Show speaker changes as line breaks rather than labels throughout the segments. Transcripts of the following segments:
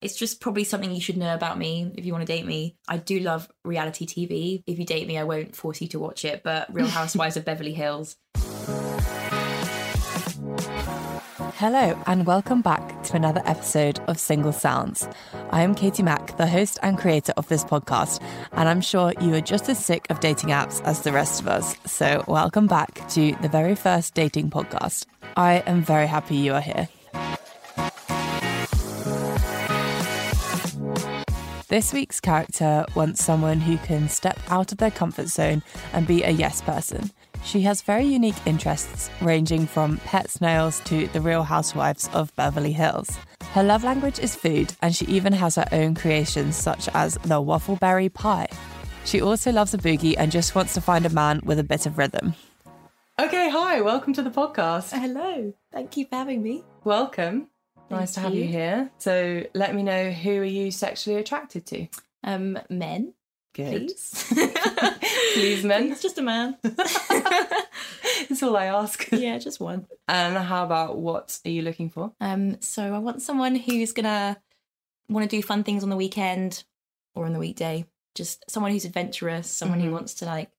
It's just probably something you should know about me if you want to date me. I do love reality TV. If you date me, I won't force you to watch it, but Real Housewives of Beverly Hills.
Hello, and welcome back to another episode of Single Sounds. I am Katie Mack, the host and creator of this podcast, and I'm sure you are just as sick of dating apps as the rest of us. So, welcome back to the very first dating podcast. I am very happy you are here. This week's character wants someone who can step out of their comfort zone and be a yes person. She has very unique interests, ranging from pet snails to the real housewives of Beverly Hills. Her love language is food, and she even has her own creations, such as the waffleberry pie. She also loves a boogie and just wants to find a man with a bit of rhythm.
Okay, hi, welcome to the podcast.
Hello. Thank you for having me.
Welcome. nice to have you.
you.
here. So let me know who are you sexually attracted to?
Um, men, please.
Please, men.
It's just a man.
That's all I ask.
yeah, just one.
And how about what are you looking for?
Um, so I want someone who's gonna want to do fun things on the weekend or on the weekday. Just someone who's adventurous, someone
Mm-hmm.
who wants to like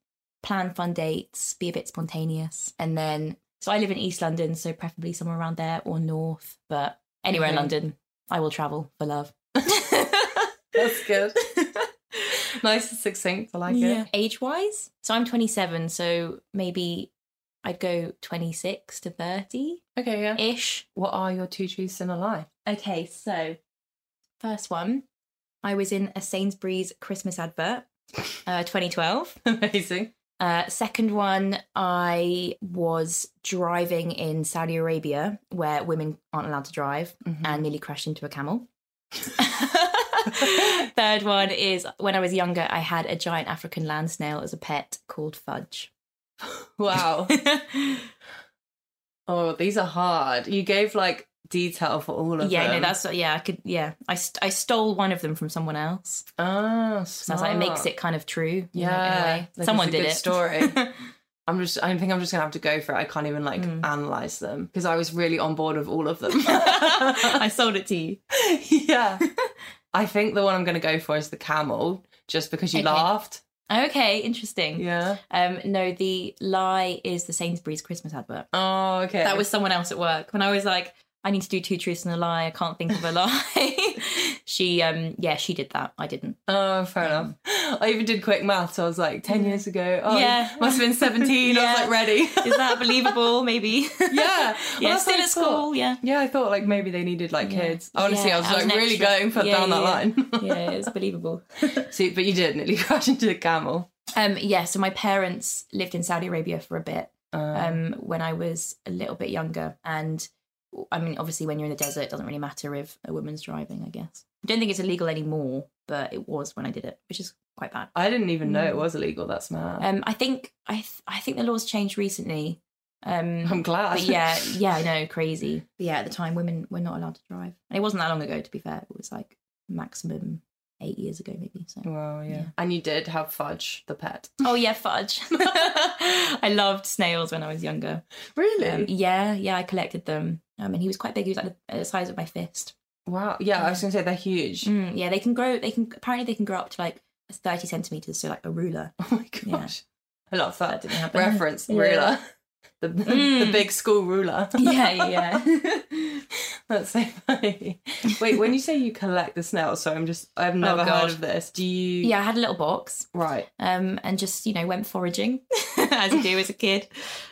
plan fun dates, be a bit spontaneous, and then. So I live in East London, so preferably somewhere around there or North, but anywhere in
Okay.
London, I will travel for love.
That's good. nice and succinct. I like it.
Age wise, so I'm 27, so maybe I'd go 26 to 30
Okay, yeah.
ish.
What are your two truths and a lie?
Okay, so first one, I was in a Sainsbury's Christmas advert, uh, 2012.
Amazing.
Uh, second one, I was driving in Saudi Arabia where women aren't allowed to drive
Mm-hmm.
and nearly crashed into a camel. Third one is when I was younger, I had a giant African land snail as a pet called Fudge.
Wow. oh, these are hard. You gave like detail for all of
yeah,
them.
no, that's yeah. I could yeah. I, st- I stole one of them from someone else.
ah,
So I was like, it makes it kind of true. you know, in a
Yeah,
way.
like,
someone
it's a
did
good
it.
story. I'm just. I think I'm just gonna have to go for it. I can't even like
Mm.
analyze them because I was really on board with all of them.
I sold it to you.
yeah, I think the one I'm gonna go for is the camel, just because you
Okay.
laughed.
Okay, interesting.
Yeah.
Um, no, the lie is the Sainsbury's Christmas advert.
Oh, okay.
That was someone else at work. When I was like, I need to do two truths and a lie. I can't think of a lie. she, um, yeah, she did that. I didn't.
Oh, fair enough. I even did quick maths. I was like, ten years ago. Oh,
Mm. Yeah.
yeah. Must have been seventeen. I
Yeah.
was like, ready.
Is that believable? Maybe.
yeah.
yeah,
Well, that's
still
what I
at
thought.
school. Yeah.
Yeah, I thought like maybe they needed like
Yeah.
kids. Honestly,
Yeah,
I was
I was
like
an
really
extra.
going for
Yeah,
down that
yeah.
line.
Yeah, it's believable.
See, but you did nearly crash into a camel.
Um, yeah, so my parents lived in Saudi Arabia for a bit
Uh.
um, when I was a little bit younger. And I mean, obviously, when you're in the desert, it doesn't really matter if a woman's driving, I guess. I don't think it's illegal anymore, but it was when I did it, which is quite bad.
I didn't even
Mm.
know it was illegal. That's mad.
Um, I think I th- I think the laws changed recently. Um,
I'm glad.
but yeah, yeah, I know, crazy. But yeah, at the time, women were not allowed to drive, and it wasn't that long ago. To be fair, it was like maximum eight years ago, maybe. So,
Wow, yeah.
Yeah.
And you did have Fudge, the pet.
oh yeah, fudge. I loved snails when I was younger.
Really?
Um, yeah, yeah, I collected them. Um, and he was quite big. He was like the, the size of my fist.
wow. Yeah, I was going to say they're huge.
Mm, yeah, they can grow. They can apparently they can grow up to like thirty centimeters, so like a ruler.
Oh my gosh. I love that.
didn't happen.
Reference,
Yeah.
ruler. The,
Mm.
the big school ruler.
Yeah, yeah,
That's so funny. Wait, when you say you collect the snails, so I'm just, I've never
Oh, God.
heard of this. Do you?
yeah. I had a little box.
Right.
um, and just you know went foraging as you do as a kid,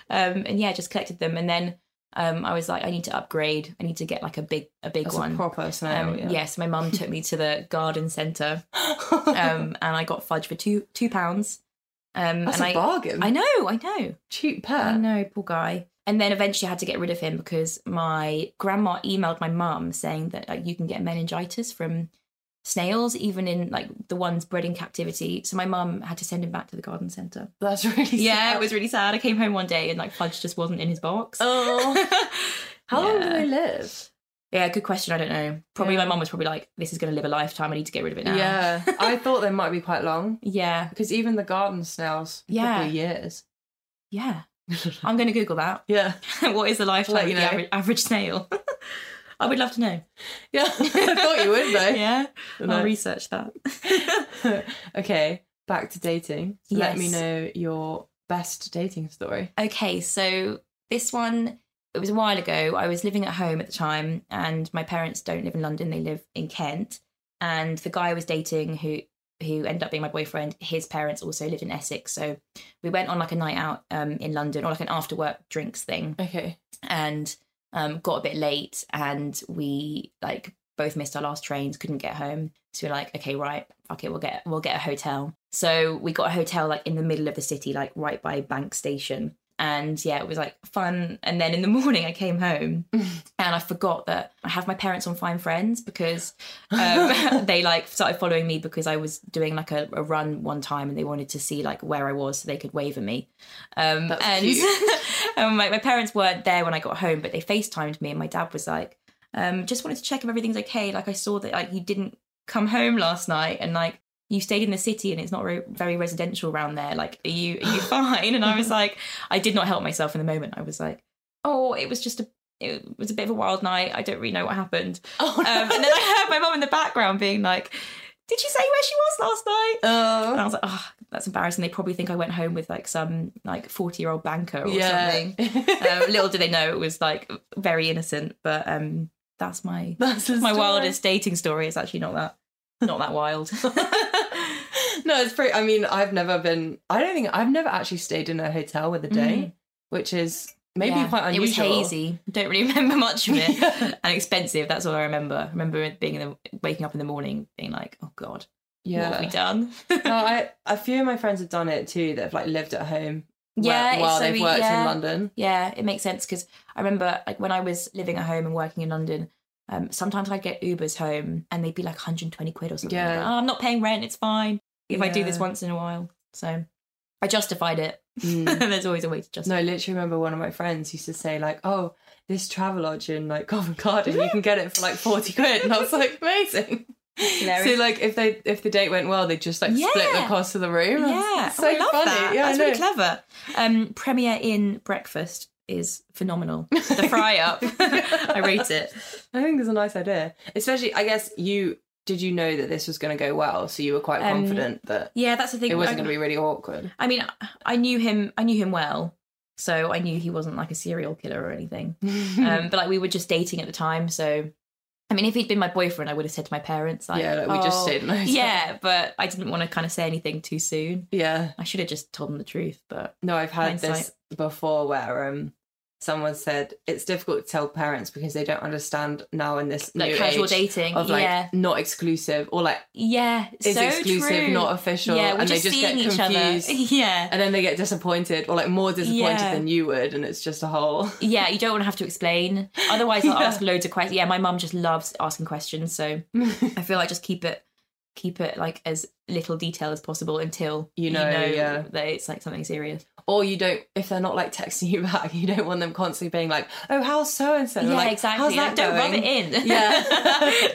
um, and yeah, just collected them. And then um, I was like, I need to upgrade. I need to get like a big a big
That's
one.
a proper snail.
um,
yeah.
Yes, my mum took me to the garden centre, um, and I got fudge for two two pounds. Um,
That's
and
a
I
bargain.
I know, I know.
Cheap
I
pet.
know, poor guy. And then eventually I had to get rid of him because my grandma emailed my mum saying that like, you can get meningitis from snails, even in like the ones bred in captivity. So my mum had to send him back to the garden centre.
That's really
Yeah,
sad.
it was really sad. I came home one day and like fudge just wasn't in his box.
Oh. How long do
Yeah.
they live?
Yeah, good question. I don't know. Probably my
Yeah.
mum was probably like, this is going to live a lifetime. I need to get rid of it now.
Yeah. I thought they might be quite long.
Yeah.
Because even the garden snails,
Yeah.
yeah, years.
Yeah. I'm going to Google that.
Yeah,
what is the lifetime
Let you
of the
know.
average, average snail? I would love to know.
Yeah, I thought you would though.
yeah,
And
I'll
I-
research that.
okay, back to dating. Let me
Yes.
know your best dating story.
Okay, so this one, it was a while ago. I was living at home at the time, and my parents don't live in London; they live in Kent. And the guy I was dating, who who ended up being my boyfriend, his parents also lived in Essex. So we went on like a night out um, in London, or like an after work drinks thing
Okay.
and um, got a bit late and we like both missed our last trains couldn't get home so we're like okay right fuck it we'll get we'll get a hotel so we got a hotel like in the middle of the city like right by bank station and yeah it was like fun and then in the morning i came home and i forgot that i have my parents on fine friends because um, they like started following me because i was doing like a, a run one time and they wanted to see like where i was so they could wave at me um,
That's
and
cute.
um, my, my parents weren't there when I got home, but they FaceTimed me, and my dad was like, um, just wanted to check if everything's okay. Like, I saw that like you didn't come home last night, and like you stayed in the city, and it's not re- very residential around there. Like, are you are you fine? And I was like, I did not help myself in the moment. I was like, oh, it was just a it was a bit of a wild night. I don't really know what happened.
Oh,
Um, and then I heard my mum in the background being like, did she say where she was last night? And I was like, oh, that's embarrassing. They probably think I went home with like some like 40 year old banker or
yeah.
something. um, little did they know it was like very innocent, but um, that's my
That's a
my
story.
wildest dating story. It's actually not that not that wild.
no, it's pretty. I mean, I've never been. I don't think I've never actually stayed in a hotel with a day, which is maybe
Mm. Yeah.
quite unusual.
It was hazy. Don't really remember much of it.
Yeah.
And expensive. That's all I remember. I remember it being in the, waking up in the morning, being like, "Oh God,
Yeah.
what have we done?"
no, I a few of my friends have done it too. That have like lived at home.
Yeah,
while,
it's
while
so
they've
we-
worked
yeah.
in London.
Yeah, it makes sense because I remember like when I was living at home and working in London, um, sometimes I'd get Ubers home and they'd be like 120 quid or something.
Yeah.
Like, oh, I'm not paying rent, it's fine. If I do this
Yeah.
once in a while. So I justified it. There's always a way to
Mm. No,
justify
I literally remember one of my friends used to say like, "Oh, this Travelodge in like Covent Garden, you can get it for like forty quid," and I was like, "Amazing!" So
Hilarious.
like, if they if the date went well, they just like split the
Yeah.
cost of the room.
Yeah.
It's
Oh,
so
I love
funny.
that.
Yeah,
That's
I know.
really clever. Um, Premier Inn breakfast is phenomenal. The fry up. I rate it.
I think it's a nice idea, especially. I guess you did you know that this was going to go well, so you were quite
Um,
confident that
Yeah, that's the thing.
it
I-
wasn't going to be really awkward.
I mean, I knew him. I knew him well, so I knew he wasn't like a serial killer or anything. um, but like we were just dating at the time, so I mean, if he'd been my boyfriend, I would have said to my parents, like,
yeah, like we just
"Oh,
stayed in the hotel.
Yeah, but I didn't want to kind of say anything too soon.
yeah.
I should have just told them the truth, but
No, I've had this
Hindsight.
before where um someone said it's difficult to tell parents because they don't understand now in this
like
new
casual
age
dating,
of like
yeah,
not exclusive or like
yeah,
is
so
exclusive,
true.
not official,
yeah, we're
and
just
they just get
seeing each
confused.
other, yeah.
And then they get disappointed, or like more disappointed
Yeah.
than you would, and it's just a whole.
Yeah, you don't want to have to explain. Otherwise, I'll
Yeah.
ask loads of questions. Yeah, my mum just loves asking questions, so I feel like just keep it, keep it like as little detail as possible until
You know, yeah.
that it's like something serious.
or you don't, if they're not like texting you back, you don't want them constantly being like, "Oh, how's so and so?"
yeah,
like,
exactly.
How's
Like,
that
don't rub
going?
it in.
Yeah.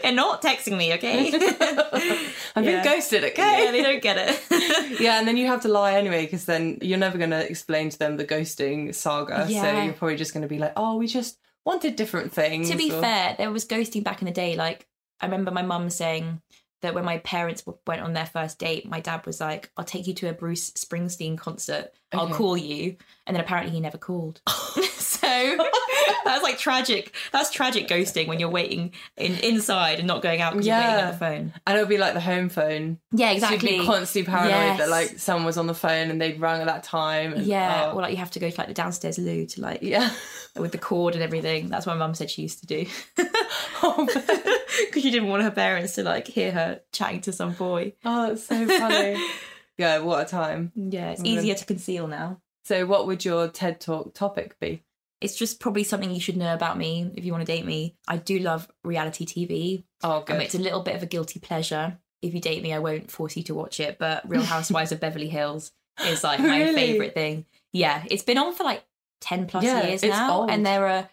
they're not texting me, okay?
I've
Yeah.
been ghosted, okay?
yeah, they don't get it.
Yeah, and then you have to lie anyway because then you're never going to explain to them the ghosting saga. So
Yeah.
you're probably just going to be like, oh, we just wanted different things.
to be
or-
fair, there was ghosting back in the day. Like I remember my mum saying that when my parents w- went on their first date, my dad was like, "I'll take you to a Bruce Springsteen concert. I'll
Okay.
call you," and then apparently he never called. so that's like tragic. That's tragic ghosting when you're waiting in inside and not going out because you're waiting
Yeah.
at the phone.
And it'll be like the home phone.
Yeah,
So you'd
exactly.
be constantly paranoid that
Yes.
like someone was on the phone and they'd rung at that time. And,
yeah,
oh.
or like you have to go to like the downstairs loo to like
yeah.
with the cord and everything. That's what my mum said she used to do
oh, man.
because she didn't want her parents to like hear her chatting to some boy.
Oh, that's so funny. yeah, what a time.
Yeah, it's
Mm.
easier to conceal now.
So, what would your TED Talk topic be?
It's just probably something you should know about me if you want to date me. I do love reality TV.
Oh,
Um,
good.
it's a little bit of a guilty pleasure. If you date me, I won't force you to watch it, but Real Housewives of Beverly Hills is like my
Really?
favorite thing. Yeah, it's been on for like 10 plus
Yeah,
years
it's
now
old.
and there are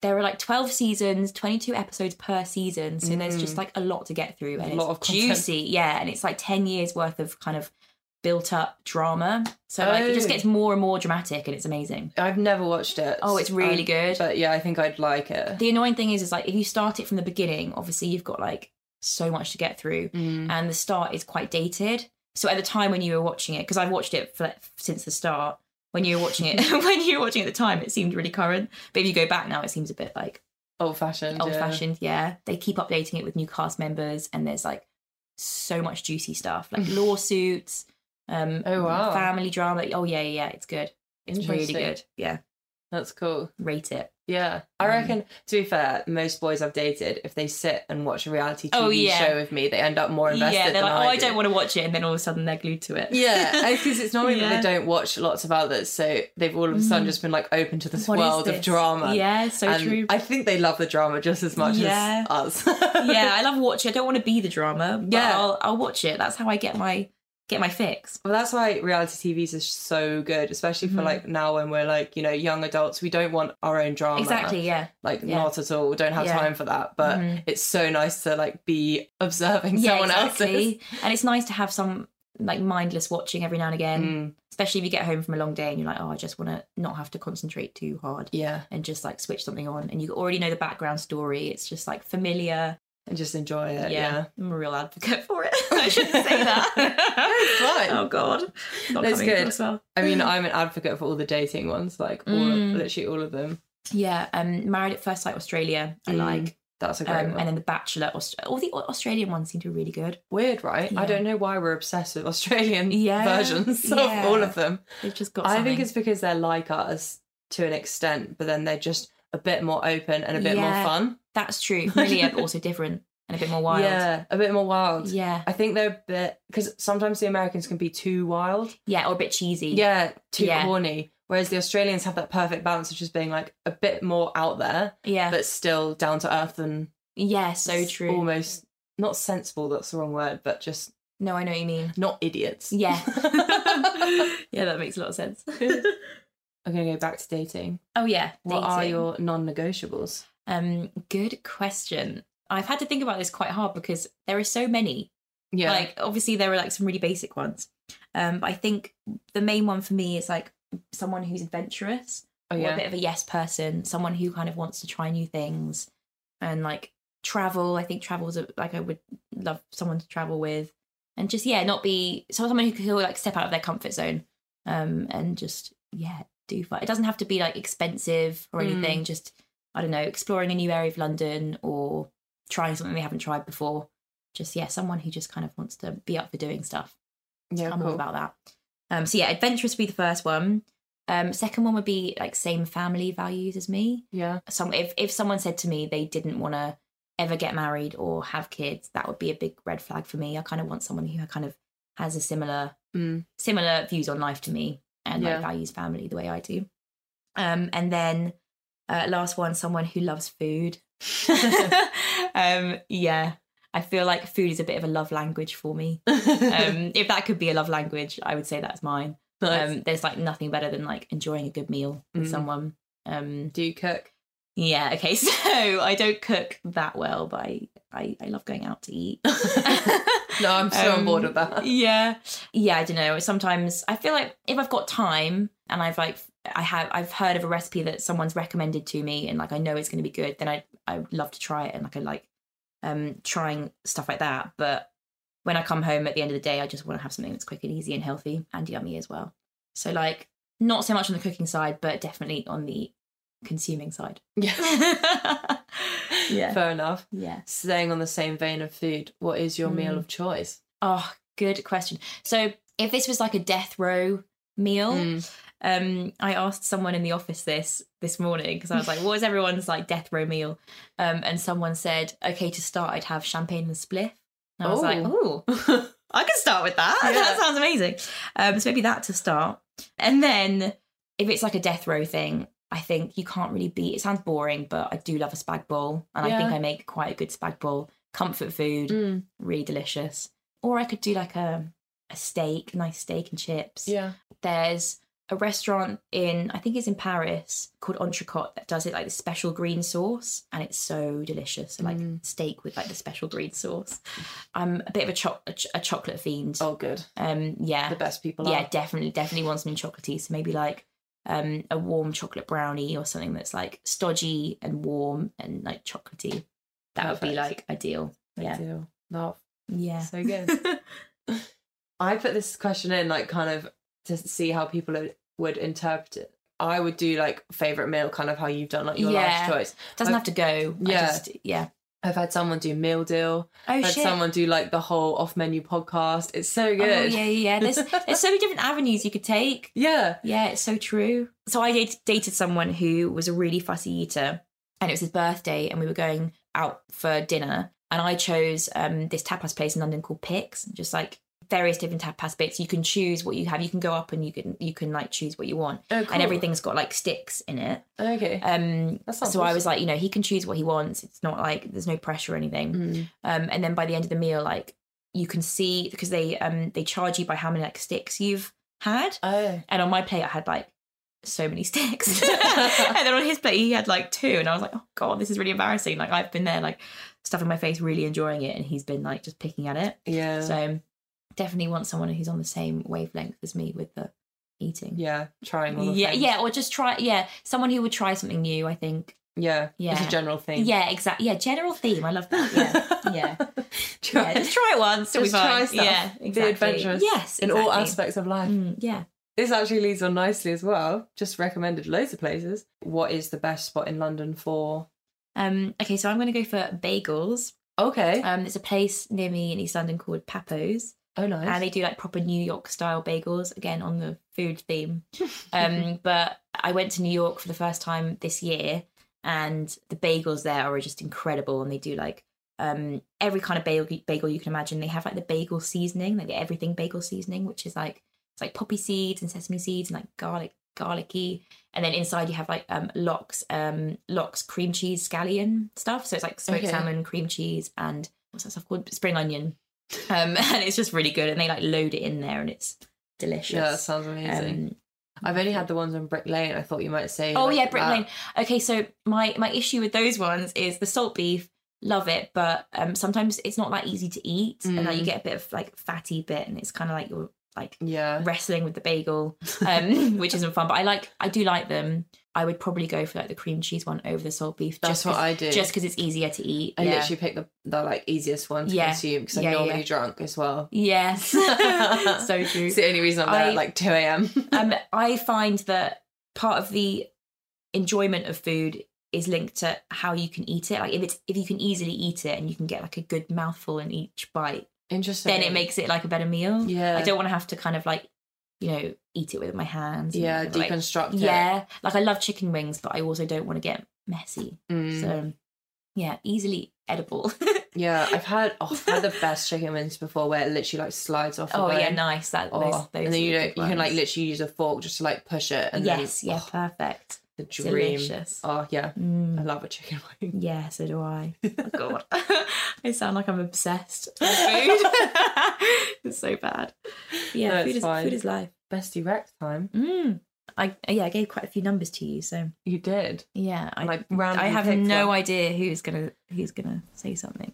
there are like 12 seasons, 22 episodes per season, so there's
Mm.
just like a lot to get through and
A lot
it's
of content.
juicy. Yeah, and it's like 10 years worth of kind of built up drama. So like it just
Oh.
gets more and more dramatic and it's amazing.
I've never watched it.
Oh, it's really
Um,
good.
But yeah, I think I'd like it.
The annoying thing is is like if you start it from the beginning, obviously you've got like so much to get through
Mm.
and the start is quite dated. So at the time when you were watching it, because I've watched it for, since the start, when you were watching it, when you were watching it at the time, it seemed really current. But if you go back now, it seems a bit like
Old fashioned.
old fashioned. Yeah, they keep updating it with new cast members, and there's like so much juicy stuff, like lawsuits. Um,
Oh, wow.
Family drama. Oh yeah, yeah, yeah. It's good. It's really
Interesting.
good. Yeah,
That's cool.
rate it.
Yeah. I
Mm.
reckon, to be fair, most boys I've dated, if they sit and watch a reality TV
Oh, yeah.
show with me, they end up more invested
yeah, they're
than
like,
I
oh, I
do.
don't want to watch it, and then all of a sudden they're glued to it.
Yeah, because it's normally
Yeah. Mm.
that they don't watch lots of others, so they've all of a sudden just been like open to this
What is
world of
this?
drama.
Yeah, so
and
true.
I think they love the drama just as much
Yeah.
as us.
yeah, I love watching. I don't want to be the drama. But
Yeah.
I'll, I'll watch it. That's how I get my get my fix.
Well, that's why reality TVs are so good, especially for
Mhm.
like now when we're like, you know, young adults, we don't want our own drama.
Exactly. Yeah.
Like,
Yeah.
not at all. We don't have
Yeah.
time for that. But
Mhm.
it's so nice to like be observing someone else's.
And it's nice to have some like mindless watching every now and again.
Mm,
especially if you get home from a long day and you're like, oh, I just want to not have to concentrate too hard
yeah.
and just like switch something on. And you already know the background story. It's just like familiar.
And just enjoy
Yeah,
it. Uh, Yeah.
I'm a real advocate for it. I shouldn't say that.
It's fine.
Oh God, not
That's
coming
good.
across well.
I mean, I'm an advocate for all the dating ones, like all
Mm.
of, literally all of them.
Yeah, um, Married at First Sight Australia. I
Mm,
like,
That's a great
um,
one.
and then The Bachelor. Aust- all the au- Australian ones seem to be really good.
Weird, right?
Yeah.
I don't know why we're obsessed with Australian
Mm, Yeah,
versions
yeah.
of all of them.
They've just got.
I think
something.
it's because they're like us to an extent, but then they're just a bit more open and a bit
Yeah.
more fun.
that's true. Familiar, but also different and a bit more wild.
Yeah, a bit more wild.
yeah,
I think they're a bit because sometimes the Americans can be too wild.
yeah, or a bit cheesy.
Yeah, too
Yeah.
corny. Whereas the Australians have that perfect balance of just being like a bit more out there,
yeah,
but still down to earth and
yeah. So
s-
true.
Almost not sensible. That's the wrong word, but just
No, I know what you mean.
not idiots.
Yeah.
I'm
yeah, that makes a lot of sense.
gonna go back to dating.
oh yeah.
What are
dating.
your non-negotiables?
um good question. I've had to think about this quite hard because there are so many.
Yeah,
Like obviously there are like some really basic ones. Um but I think the main one for me is like someone who's adventurous
oh
or a
yeah,
bit of a yes person, someone who kind of wants to try new things and like travel. I think travel's a, like I would love someone to travel with and just yeah, not be so someone who could like step out of their comfort zone um and just yeah, do fun. It doesn't have to be like expensive or
Mm.
anything, just I don't know, exploring a new area of London or trying something they haven't tried before. Just yeah, someone who just kind of wants to be up for doing stuff.
yeah,
I'm all
cool.
about that. Um, so yeah, adventurous would be the first one. Um, second one would be like same family values as me.
yeah.
Some if if someone said to me they didn't want to ever get married or have kids, that would be a big red flag for me. I kind of want someone who kind of has a similar
Mm.
similar views on life to me and
Yeah.
like values family the way I do. Um, and then uh, last one, someone who loves food. um, yeah, I feel like food is a bit of a love language for me um, if that could be a love language, I would say that's mine.
Nice.
Um, there's like nothing better than like enjoying a good meal with
Mm.
someone. Um,
Do you cook?
yeah, okay, so I don't cook that well, but I, I, I love going out to eat.
No, I'm so on board
Um,
with that.
yeah, yeah, I don't know. Sometimes I feel like if I've got time and I've like I have I've heard of a recipe that someone's recommended to me and like I know it's going to be good, then I I would love to try it and like I like um trying stuff like that. But when I come home at the end of the day, I just want to have something that's quick and easy and healthy and yummy as well. So like not so much on the cooking side, but definitely on the consuming side.
Yeah.
yeah,
Fair enough.
yeah.
Staying on the same vein of food, what is your meal
Mm.
of choice?
Oh, good question. So if this was like a death row meal,
Mm.
um, I asked someone in the office this this morning because I was like, "What is everyone's like death row meal?" Um, and someone said, "Okay, to start, I'd have champagne and spliff." And I was like, "Oh, I could start with that.
Yeah.
That sounds amazing." Um, so maybe that to start, and then if it's like a death row thing. I think you can't really beat. It sounds boring, but I do love a spag bowl, and I think
Yeah.
I make quite a good spag bowl. Comfort food,
Mm.
really um, delicious. Or I could do like a a steak, nice steak and chips.
Yeah.
There's a restaurant in I think it's in Paris called Entrecote that does it like this special green sauce, and it's so delicious. So, like
Mm.
steak with like the special green sauce. I'm a bit of a, cho- a, ch- a chocolate fiend.
Oh, good.
Um, yeah,
The best people
yeah,
are.
definitely, definitely want something chocolatey. So maybe like um a warm chocolate brownie or something that's like stodgy and warm and like chocolatey. That would be
Perfect.
like ideal.
Yeah.
Yeah,
Do. No,
yeah.
so good. I put this question in like kind of to see how people would- would interpret it. I would do like favorite meal, kind of how you've done, like your
Yeah.
last choice.
Doesn't
I-
have to go. I
Yeah.
just, yeah.
I've had someone do meal deal.
Oh
I've had
shit.
someone do like the whole off menu podcast. It's so
Oh,
good.
yeah, yeah. yeah. There's there's so many different avenues you could take.
yeah.
Yeah, it's so true. So I date- dated someone who was a really fussy eater, and it was his birthday, and we were going out for dinner, and I chose um, this tapas place in London called Pix, just like various different tapas bits. You can choose what you have. You can go up and you can you can like choose what you want,
Oh, cool.
and everything's got like sticks in it.
Okay.
Um,
That
so
sounds
I
awesome.
was like, you know, he can choose what he wants. It's not like there's no pressure or anything.
Mm.
Um, and then by the end of the meal, like you can see because they um they charge you by how many like sticks you've had.
Oh.
And on my plate, I had like so many sticks. and then on his plate, he had like two. And I was like, oh God, this is really embarrassing. Like, I've been there, like, stuff in my face, really enjoying it. And he's been like just picking at it.
Yeah.
So definitely want someone who's on the same wavelength as me with the eating.
yeah. Trying all of
Yeah,
things.
yeah, or just try, yeah, someone who would try something new, I think.
Yeah.
Yeah.
It's a general thing.
Yeah, exactly. Yeah, general theme. I love that. Yeah. Yeah.
Try-
yeah. Just try it once. it'll be
Just try
fine.
stuff.
Yeah,
Be
exactly.
adventurous
Yes,
in all
exactly.
aspects of life.
Mm, yeah.
This actually leads on nicely as well. Just recommended loads of places. What is the best spot in London for?
Um, okay, so I'm going to go for bagels.
Okay.
Um, there's a place near me in East London called Papo's,
oh, nice.
and they do like proper New York style bagels, again on the food theme. Um, but I went to New York for the first time this year, and the bagels there are just incredible, and they do like um, every kind of bagel, bagel you can imagine. They have like the bagel seasoning, like the everything bagel seasoning, which is like it's like poppy seeds and sesame seeds and like garlic, garlicky, and then inside you have like um, lox, um, lox cream cheese scallion stuff. So it's like smoked
Okay.
salmon, cream cheese, and what's that stuff called? Spring onion. Um, and it's just really good, and they like load it in there, and it's delicious.
yeah, that sounds amazing.
Um,
I've only had the ones on Brick Lane. I thought you might say.
Oh
like,
yeah, Brick
that.
Lane. Okay, so my my issue with those ones is the salt beef. Love it, but um, sometimes it's not that easy to eat, and like you
Mm.
get a bit of like fatty bit, and it's kind of like you're like
Yeah.
wrestling with the bagel, um, which isn't fun. But I like I do like them. I would probably go for like the cream cheese one over the salt beef.
That's
just
what
'cause-
I do.
Just because it's easier to eat.
I
yeah.
literally pick the, the like easiest one to
Yeah.
consume because I'm
Yeah, yeah,
normally
yeah.
drunk as well.
Yes. so true.
It's the only reason I'm there
I-
at like 2 a.m.
um, I find that part of the enjoyment of food is linked to how you can eat it. Like if it's if you can easily eat it and you can get like a good mouthful in each bite,
Interesting.
then it makes it like a better meal.
Yeah.
I don't want to have to kind of like, you know, eat it with my hands. and,
Yeah,
like,
deconstruct it.
yeah. Like I love chicken wings, but I also don't want to get messy.
Mm.
So yeah, easily edible.
Yeah, I've had oh, I've had the best chicken wings before, where it literally like slides off. the
oh yeah,
bone.
nice. That
Oh,
those, those
and then
are
you
the
don't,
good
you can like
ones.
literally use a fork just to like push it, and
yes,
then
yeah,
oh,
perfect,
the dream.
delicious.
Oh yeah,
Mm.
I love a chicken wing.
Yeah, so do I. Oh, God, I sound like I'm obsessed with food. it's so bad.
No,
Yeah,
it's
food, is,
fine.
food is life.
Bestie Rex time.
Mm. I yeah, I gave quite a few numbers to you, so
You did.
yeah, I,
And I randomly
I have
picked
no
one.
idea who's gonna who's gonna say something.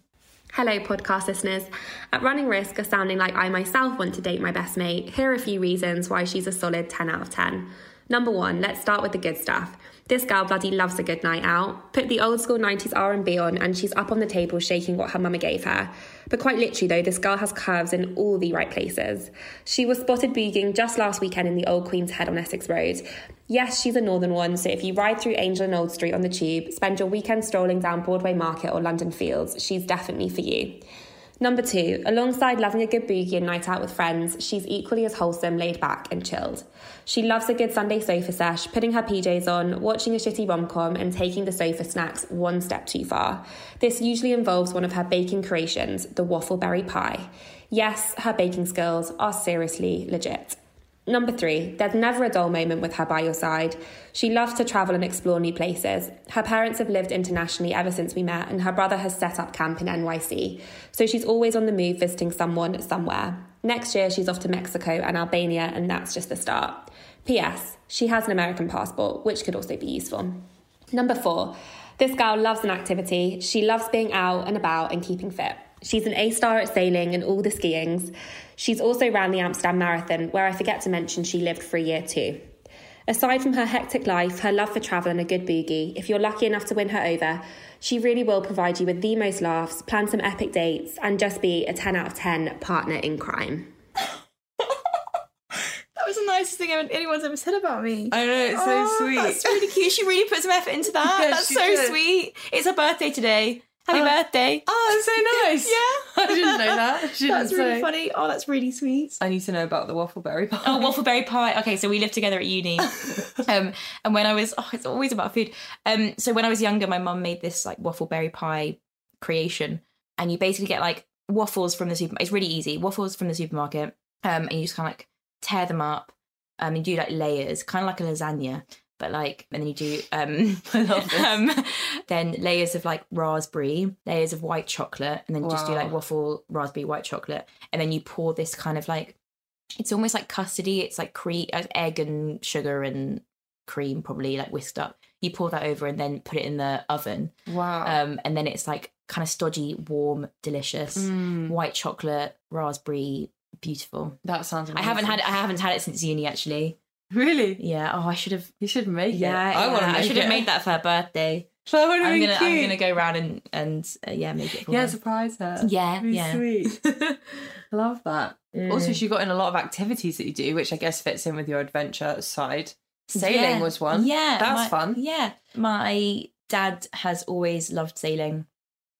Hello, podcast listeners. At running risk of sounding like I myself want to date my best mate, here are a few reasons why she's a solid 10 out of 10. Number one, let's start with the good stuff. This girl bloody loves a good night out. Put the old school 90s R&B on and she's up on the table shaking what her mama gave her. But quite literally though, this girl has curves in all the right places. She was spotted boogieing just last weekend in the old Queen's Head on Essex Road. Yes, she's a northern one, so if you ride through Angel and Old Street on the tube, spend your weekend strolling down Broadway Market or London Fields, she's definitely for you. Number two, alongside loving a good boogie and night out with friends, she's equally as wholesome, laid back, and chilled. She loves a good Sunday sofa sesh, putting her PJs on, watching a shitty rom com, and taking the sofa snacks one step too far. This usually involves one of her baking creations, the waffleberry pie. Yes, her baking skills are seriously legit. Number three, there's never a dull moment with her by your side. She loves to travel and explore new places. Her parents have lived internationally ever since we met, and her brother has set up camp in NYC. So she's always on the move visiting someone somewhere. Next year, she's off to Mexico and Albania, and that's just the start. P.S. She has an American passport, which could also be useful. Number four, this girl loves an activity. She loves being out and about and keeping fit. She's an A star at sailing and all the skiings. She's also ran the Amsterdam Marathon, where I forget to mention she lived for a year too. Aside from her hectic life, her love for travel, and a good boogie, if you're lucky enough to win her over, she really will provide you with the most laughs, plan some epic dates, and just be a 10 out of 10 partner in crime.
That was the nicest thing anyone's ever said about me.
I know it's so
Oh,
sweet.
That's really cute. She really put some effort into that.
Yeah,
that's
she
so
did.
sweet. It's her birthday today. Happy birthday.
Oh, that's so nice.
Uh, Yeah.
I didn't know that. She
That's
didn't
really
say.
funny. Oh, that's really sweet.
I need to know about the waffleberry pie.
Oh, waffleberry pie. Okay, so we lived together at uni. um, and when I was, oh, it's always about food. Um, so when I was younger, my mum made this like waffleberry pie creation. And you basically get like waffles from the supermarket. It's really easy. Waffles from the supermarket. Um, and you just kind of like tear them up. Um, and do like layers, kind of like a lasagna. But like, and then you do um,
I love this.
um, then layers of like raspberry, layers of white chocolate, and then just do
Wow.
like waffle, raspberry, white chocolate, and then you pour this kind of like it's almost like custody. It's like cre- uh, egg and sugar and cream, probably like whisked up. You pour that over and then put it in the oven,
wow.
um, and then it's like kind of stodgy, warm, delicious,
Mm,
white chocolate, raspberry, beautiful.
that
I
sounds. Amazing.
haven't had it. I haven't had it since uni actually.
Really,
Yeah. Oh, I should have.
you should make
Yeah,
it. I want to
yeah,
make
I should have
it.
made that for her birthday.
That would have
I'm
been
gonna I'm
cute.
gonna go round and and uh, yeah make it. For
yeah,
her.
surprise her.
yeah,
That'd be
yeah.
Sweet. love that. Also, she got in a lot of activities that you do, which I guess fits in with your adventure side. Sailing
Yeah.
was one.
Yeah,
That's
my-
fun.
Yeah, my dad has always loved sailing,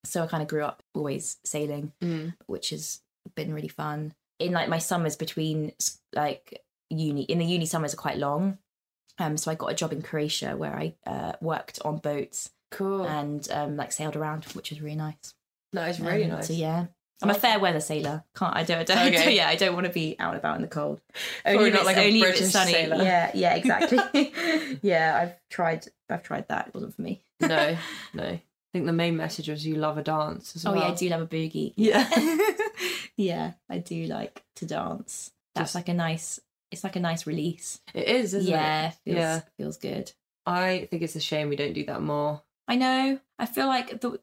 so I kind of grew up always sailing,
Mm.
which has been really fun. In like my summers between s- like uni, in the uni summers are quite long. Um, so I got a job in Croatia where I uh, worked on boats
Cool.
and um, like sailed around, which was really nice.
that is really
Um,
nice.
So yeah, I'm a
Like-
fair weather sailor. Can't I don't, I don't
Okay.
yeah I don't want to be out and about in the cold.
Probably
if
not
it's-
like a
only if it's
British
sunny.
sailor.
Yeah, yeah, exactly. yeah, I've tried. I've tried that. It wasn't for me.
no, no. I think the main message was you love a dance as
Oh
well.
yeah, I do love a boogie.
Yeah.
yeah, I do like to dance. That's
Just-
like a nice. It's like a nice release.
It is, isn't it?
yeah, Feels,
Yeah.
feels good.
I think it's a shame we don't do that more.
I know. I feel like the,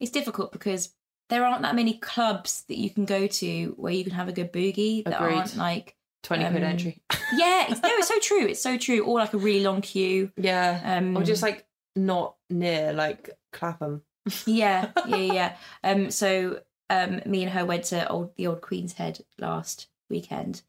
it's difficult because there aren't that many clubs that you can go to where you can have a good boogie that
Agreed.
aren't like
20 quid
Um,
entry.
Yeah, it's, no, it's so true. It's so true. Or like a really long queue.
Yeah.
Um,
Or just like not near, like Clapham.
yeah, yeah, yeah. Um, so um, me and her went to old the old Queen's Head last weekend,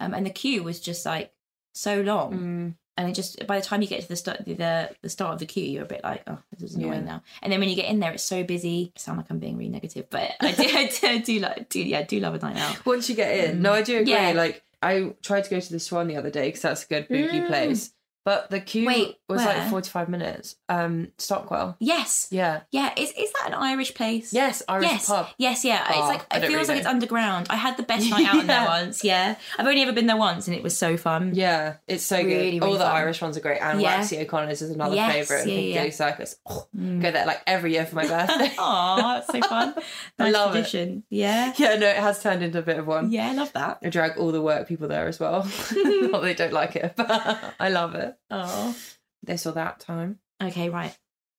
um, and the queue was just like so long,
Mm.
and it just by the time you get to the start the the start of the queue, you're a bit like, oh, this is annoying
Yeah.
now. And then when you get in there, it's so busy. I sound like I'm being really negative, but I do, I do, I do like, do yeah, I do love a night out.
Once you get in, no, I do agree.
Um, Yeah.
Like, I tried to go to the Swan the other day because that's a good boogie
Mm.
place. But the queue
Wait,
was
where?
like 45 minutes. Um, Stockwell.
Yes,
Yeah.
yeah. Is is that an Irish place?
Yes, Irish
yes,
pub.
yes, yeah.
Bar.
It's
I
like it
don't
feels
really
like
know.
it's underground. I had the best night out in there
Yeah.
once. Yeah, I've only ever been there once, and it was so fun.
Yeah, it's so
Really,
good. All
really
the
fun.
Irish ones are great. And
Yeah.
Waxy O'Connor's is another
Yes,
favourite. And
yeah,
Piccadilly
yeah.
Circus. Oh,
Mm.
Go there like every year for my birthday.
Oh, that's so fun.
I
Nice
love it. Um,
tradition. Yeah.
yeah, no, it has turned into a bit of one.
Yeah, I love that.
I drag all the work people there as well. Not they don't like it, but I love it.
Oh.
This or that time.
Okay, right.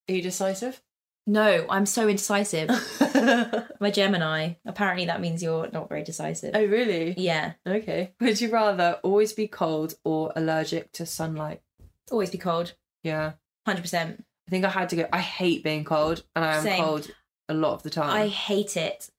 Are you decisive?
No, I'm so indecisive.
oh,
I'm a Gemini. Apparently that means you're not very decisive.
really?
Yeah.
Okay. Would you rather always be cold or allergic to sunlight?
Always be cold.
Yeah.
100%.
I think I had to go. I hate being cold, and I am
Same.
cold a lot of the
I
time.
hate it.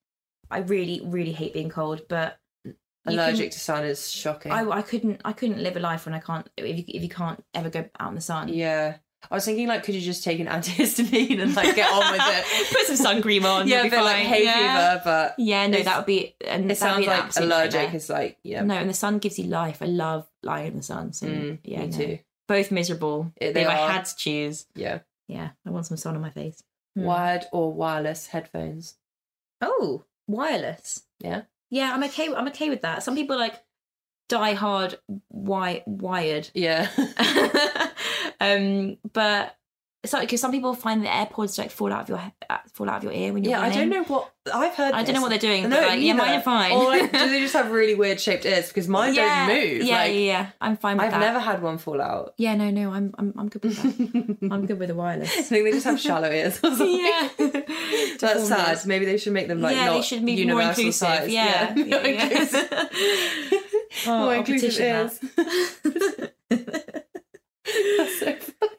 I really, really hate being cold, but you can-
allergic to sun is shocking.
I, I couldn't I couldn't live a life when I can't if you, if you can't ever go out in the sun.
Yeah. I was thinking like, could you just take an antihistamine and like get on with it?
Put some sun cream on.
yeah,
you'll be
a bit like
fine.
hay
yeah.
fever, but
Yeah, no,
It's-
that would be and
it
that'd be
sounds
an
like
absolute nightmare.
allergic is like yeah.
No, and the sun gives you life. I love lying in the sun. So
Mm,
yeah,
me
no.
too.
Both miserable.
Yeah,
But
they
if
are.
I had to choose,
Yeah.
yeah, I want some sun on my face. Mm.
Wired or wireless headphones.
Oh, wireless.
Yeah.
Yeah, I'm okay. I'm okay with that. Some people like die hard wi- wired,
Yeah.
um, but It's like because some people find the AirPods like fall out of your he- uh, fall out of your ear when you're
Yeah, I
running.
don't know what I've heard.
I don't know
this.
what they're doing,
No,
but, like, yeah,
neither.
mine are fine.
Or like, do they just have really weird shaped ears? Because mine
yeah,
don't move.
Yeah,
like,
yeah, yeah. I'm fine with
I've
that.
never had one fall out.
Yeah, no, no. I'm I'm I'm good with that.
I
I'm good with the wireless.
think they just have shallow ears. Or something.
yeah,
That's sad. Maybe they should make them like
yeah,
not
they should be more
universal
inclusive.
size.
Yeah,
Not inclusive.
Oh,
more
I'll
inclusive Oh,
petition
ears. That's so funny.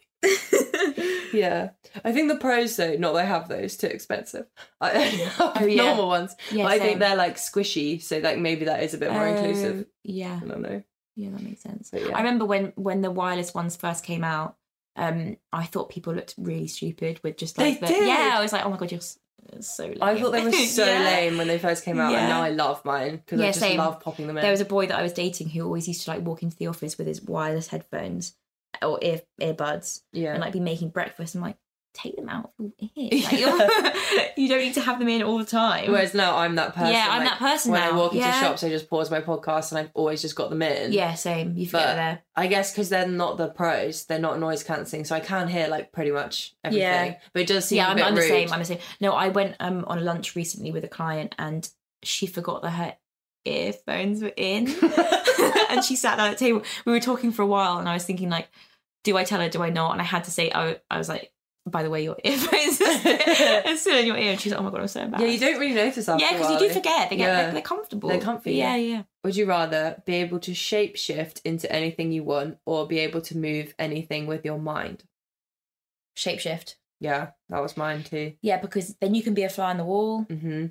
yeah, I think the pros though, not that I have those too expensive. I only have
Oh, yeah.
normal ones,
Yeah,
but I
same.
think they're like squishy, so like maybe that is a bit more
Oh,
inclusive.
Yeah,
I don't know.
yeah, that makes sense.
But yeah.
I remember when when the wireless ones first came out. Um, I thought people looked really stupid with just like
They
the,
did.
yeah. I was like, oh my god, you're s- so. Lame.
I thought they were so
Yeah.
lame when they first came out,
Yeah.
and now I love mine because
Yeah,
I just
same.
love popping them in.
There was a boy that I was dating who always used to like walk into the office with his wireless headphones or ear earbuds
yeah,
and like be making breakfast. I'm like, take them out of your ear. Like, you're- you don't need to have them in all the time.
Whereas now I'm that person.
Yeah, I'm
like,
that person
When I
now.
walk into
Yeah.
shops, I just pause my podcast, and I've always just got them in.
yeah, same. You forget
But-
there.
I guess because they're not the pros, they're not noise cancelling, so I can hear like pretty much everything.
Yeah.
But it does seem
Yeah,
a
I'm,
bit
I'm the
rude.
same. I'm the same. No, I went um on a lunch recently with a client and she forgot that her earphones were in, and she sat down at the table. We were talking for a while, and I was thinking like, do I tell her? Do I not? And I had to say, I, I was like, by the way, your earphones are still- are still in your ear. And she's like, oh my god, I'm so embarrassed.
yeah, you don't really notice after.
Yeah,
because
because you do forget. They get
Yeah.
they're, they're comfortable.
They're comfy,
Yeah, yeah.
Would you rather be able to shapeshift into anything you want, or be able to move anything with your mind?
Shapeshift.
Yeah, that was mine too.
Yeah, because then you can be a fly on the wall.
Mm-hmm.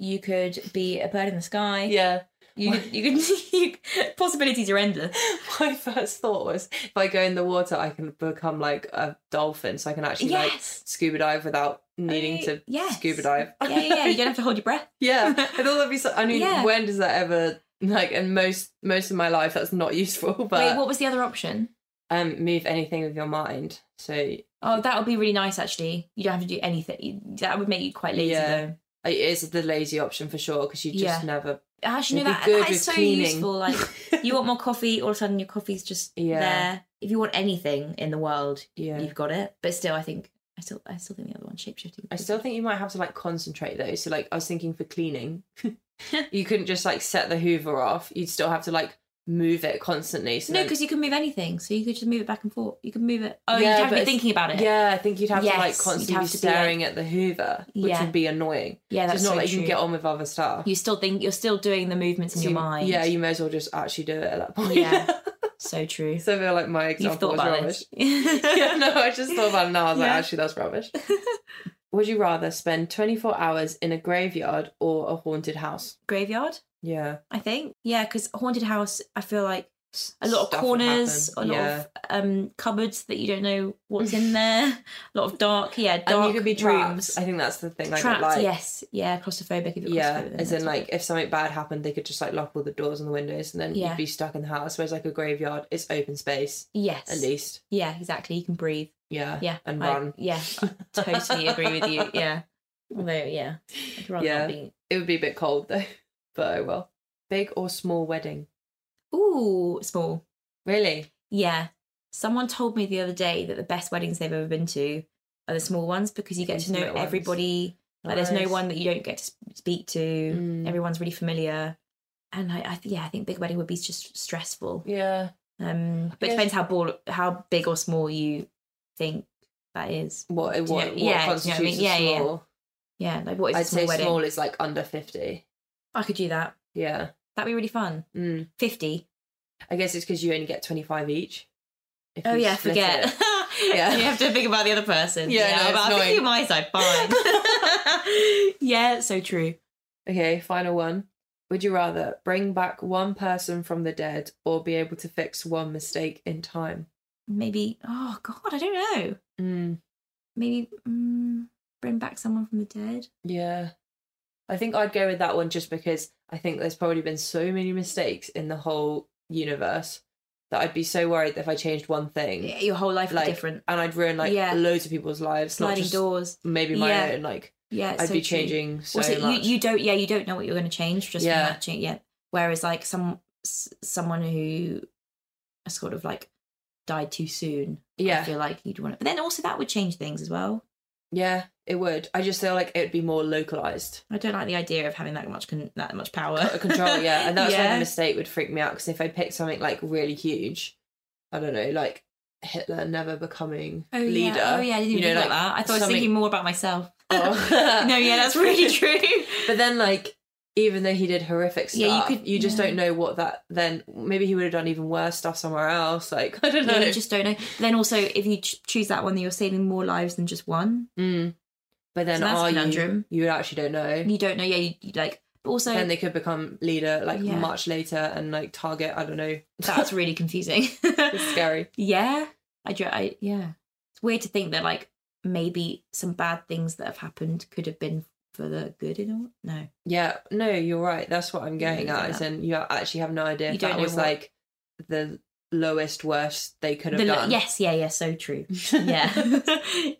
You could be a bird in the sky.
Yeah.
You could, you could you, possibilities are endless.
My first thought was if I go in the water, I can become like a dolphin, so I can actually like
Yes.
scuba dive without needing
I-
to
yes.
scuba dive.
Yeah, yeah, yeah. You don't have to hold your breath.
yeah. I thought that'd be so. I mean,
Yeah.
when does that ever like? And most most of my life, that's not useful. But
Wait, what was the other option?
um, move anything with your mind. So it
Oh, that would be really nice actually. You don't have to do anything. You- That would make you quite lazy
Yeah.
though.
is the lazy option for sure because you just
Yeah.
never.
Actually, no,
It'd be
that,
good
that
with
is so
cleaning.
useful. Like, you want more coffee, all of a sudden your coffee's just
Yeah.
there. If you want anything in the world,
Yeah.
you've got it. But still, I think I still I still think the other one shapeshifting.
I still think you might have to like concentrate though. So like I was thinking for cleaning, you couldn't just like set the Hoover off. You'd still have to like move it constantly. So
no,
then-
because you can move anything, so you could just move it back and forth. You can move it. Oh,
Yeah,
you'd have to
but
be
it's-
thinking about it.
yeah, I think you'd have to like
Yes, you'd
constantly
have
be
to be, like-
staring at the Hoover, which
Yeah.
would be annoying.
yeah,
So
that's
it's not
so
like
true.
you can get on with other stuff.
You still think you're still doing the movements in
So
your
you-
mind.
Yeah, you may as well just actually do it at that point.
Yeah. so true.
so I feel like my
You've thought
example was
about
rubbish.
this.
yeah, no, I just thought about it now. I was like,
Yeah.
actually, that's rubbish. Would you rather spend 24 hours in a graveyard or a haunted house?
Graveyard,
Yeah.
I think. Yeah, because haunted house, I feel like a lot of
Stuff will
corners, a
happen.
lot
Yeah.
of um cupboards that you don't know what's in there, a lot of dark, yeah, dark
and you could be trapped.
rooms.
I think that's the thing. Like,
trapped,
like
yes, yeah, claustrophobic. If you're
Yeah,
claustrophobic, then
as in
that's-
like if something bad happened, they could just like lock all the doors and the windows, and then
Yeah.
you'd be stuck in the house. Whereas like a graveyard, it's open space
yes,
at least.
yeah, exactly. You can breathe.
Yeah.
Yeah,
And
I-
run.
Yeah, totally agree with you. Yeah. Although, yeah, I'd rather
Yeah.
not be.
It would be a bit cold though, but oh well. Big or small wedding?
Ooh, small.
Really?
Yeah. Someone told me the other day that the best weddings they've ever been to are the small ones because you get to know
Intimate ones.
everybody. Like, there's no
Nice.
one that you don't get to sp- speak to.
Mm.
Everyone's really familiar. And I, I, th- yeah, I think big wedding would be just stressful.
Yeah.
Um, but it
Yeah.
depends how ball, how big or small you think that is.
What? eh, What?
know-
what
yeah, do you know what I
constitutes
mean? Yeah,
a
yeah.
small?
Yeah, like what is a
I'd
small
say
wedding?
small is like under fifty.
I could do that.
Yeah.
That'd be really fun.
Mm.
Fifty.
I guess it's because you only get twenty five each. If
Oh
you
yeah,
split
forget.
it. Yeah.
you have to think about the other person.
Yeah, no, it's
but I'm thinking
annoying.
my side. Fine. yeah, so true.
Okay, final one. Would you rather bring back one person from the dead or be able to fix one mistake in time?
Maybe. Oh God, I don't know.
Mm.
Maybe mm, bring back someone from the dead.
Yeah. I think I'd go with that one just because I think there's probably been so many mistakes in the whole universe that I'd be so worried that if I changed one thing
Yeah, Your whole life
like,
is different.
and I'd ruin like
Yeah.
loads of people's lives, not
Sliding
just
doors.
maybe my
Yeah.
own. Like
Yeah, it's
I'd
so
be
true.
changing so
Also,
much.
you you don't yeah you don't know what you're going to change just
Yeah.
from that change yet. Whereas like some s- someone who is sort of like died too soon. I
Yeah.
feel like you'd want it. But then also that would change things as well.
Yeah, it would. I just feel like it would be more localized.
I don't like the idea of having that much con- that much power
Out of control, yeah. And that's where the mistake would freak me out because if I picked something like really huge, I don't know, like Hitler never becoming
oh,
leader.
Yeah. Oh yeah, I didn't
you
even
know,
think about that. I thought I was
something-
thinking more about myself.
Oh.
no, yeah, that's really true.
But then, like, even though he did horrific stuff,
Yeah, you
you,
could-
just
yeah.
don't know what that then. Maybe he would have done even worse stuff somewhere else. Like, I don't know.
yeah, you just don't know. Then also, if you ch- choose that one, then you're saving more lives than just one.
Mm. But then,
So that's a
are you?
conundrum.
You actually don't know.
You don't know. Yeah, you, you like. But also,
Then they could become leader like
Yeah.
much later and like target. I don't know.
that's really confusing.
it's scary.
Yeah, I, dr- I yeah. It's weird to think that like maybe some bad things that have happened could have been for the good in all. No,
Yeah, no, you're right. That's what I'm getting
Yeah,
at.
yeah.
Is and you actually have no idea
You
if
don't
that
know
was
what-
like the lowest worst they could have
The-
done.
yes, yeah, yeah. So true. Yeah,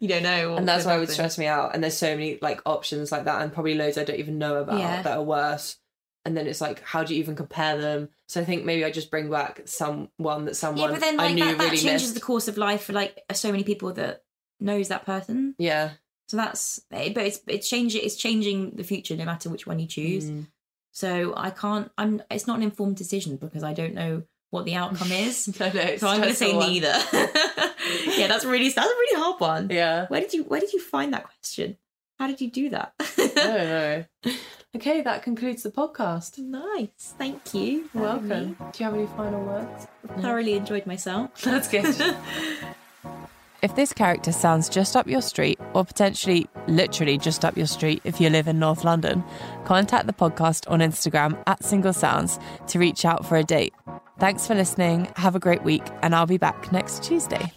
you don't know. what
and that's
could
why it would
happen.
stress me out. And there's so many like options like that, and probably loads I don't even know about
Yeah.
that are worse. And then it's like, how do you even compare them? So I think maybe I just bring back someone that someone
Yeah, but then
I
like
knew
that, that
really
changes
missed.
the course of life for like so many people that knows that person.
yeah,
So that's but it's it's change it's changing the future no matter which one you choose.
Mm.
So I can't. I'm. It's not an informed decision because I don't know what the outcome is.
I know. it's
So I'm going to say
stressful one.
neither. yeah, that's really that's a really hard one.
Yeah,
Where did you Where did you find that question? How did you do that?
I don't know. Okay, that concludes the podcast.
nice, thank you. for having
Welcome. Do you have any final words?
me. Thoroughly enjoyed myself.
That's good.
If this character sounds just up your street, or potentially literally just up your street if you live in North London, contact the podcast on Instagram at Single Sounds to reach out for a date. Thanks for listening, have a great week, and I'll be back next Tuesday.